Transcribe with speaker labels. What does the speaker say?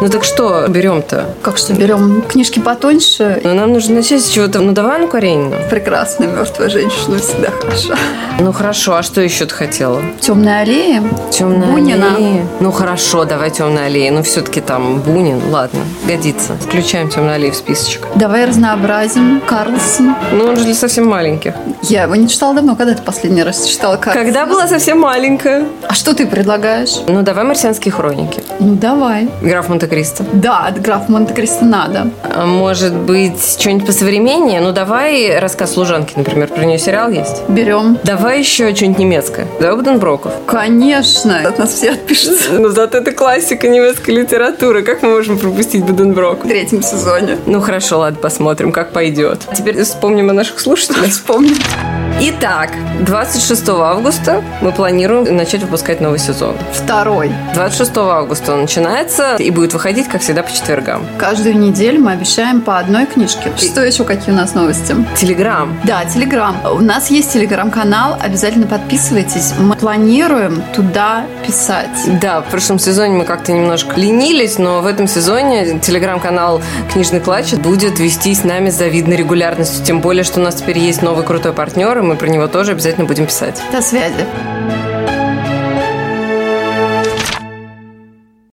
Speaker 1: Ну так что берем-то?
Speaker 2: Как что, берем книжки потоньше?
Speaker 1: Ну, нам нужно начать с чего-то. Ну давай Анну Каренину.
Speaker 2: Прекрасная мертвая женщина всегда хороша.
Speaker 1: Ну хорошо, а что еще ты хотела?
Speaker 2: Темная аллея.
Speaker 1: Темная
Speaker 2: Бунина.
Speaker 1: аллея. Ну хорошо, давай темная аллея. Ну все-таки там Бунин. Ладно, годится. Включаем темную аллею в списочек.
Speaker 2: Давай разнообразим. Карлсон.
Speaker 1: Ну он же для совсем маленьких.
Speaker 2: Я его не читала давно. Когда ты последний раз читала Карлсона?
Speaker 1: Когда была совсем маленькая.
Speaker 2: А что ты предлагаешь?
Speaker 1: Ну давай марсианские хроники.
Speaker 2: Ну, давай.
Speaker 1: Граф Монте-Кристо.
Speaker 2: Да, от граф Монте-Кристо надо.
Speaker 1: А Может быть, что-нибудь посовременнее? Ну давай рассказ служанки, например, про нее сериал есть.
Speaker 2: Берем.
Speaker 1: Давай еще что-нибудь немецкое. Давай Буденброков.
Speaker 2: Конечно. От нас все отпишутся
Speaker 1: Ну зато это классика немецкой литературы. Как мы можем пропустить Буденброк?
Speaker 2: в третьем сезоне.
Speaker 1: Ну хорошо, ладно, посмотрим, как пойдет. Теперь вспомним о наших слушателях.
Speaker 2: Вспомни.
Speaker 1: Итак, 26 августа мы планируем начать выпускать новый сезон.
Speaker 2: Второй.
Speaker 1: 26 августа он начинается и будет выходить, как всегда, по четвергам.
Speaker 2: Каждую неделю мы обещаем по одной книжке. Что еще, какие у нас новости?
Speaker 1: Телеграм.
Speaker 2: Да, Телеграм. У нас есть Телеграм-канал, обязательно подписывайтесь. Мы планируем туда писать.
Speaker 1: Да, в прошлом сезоне мы как-то немножко ленились, но в этом сезоне телеграм-канал «Книжный клатч» будет вести с нами с завидной регулярностью, тем более, что у нас теперь есть новый крутой партнер, и мы про него тоже обязательно будем писать.
Speaker 2: До связи.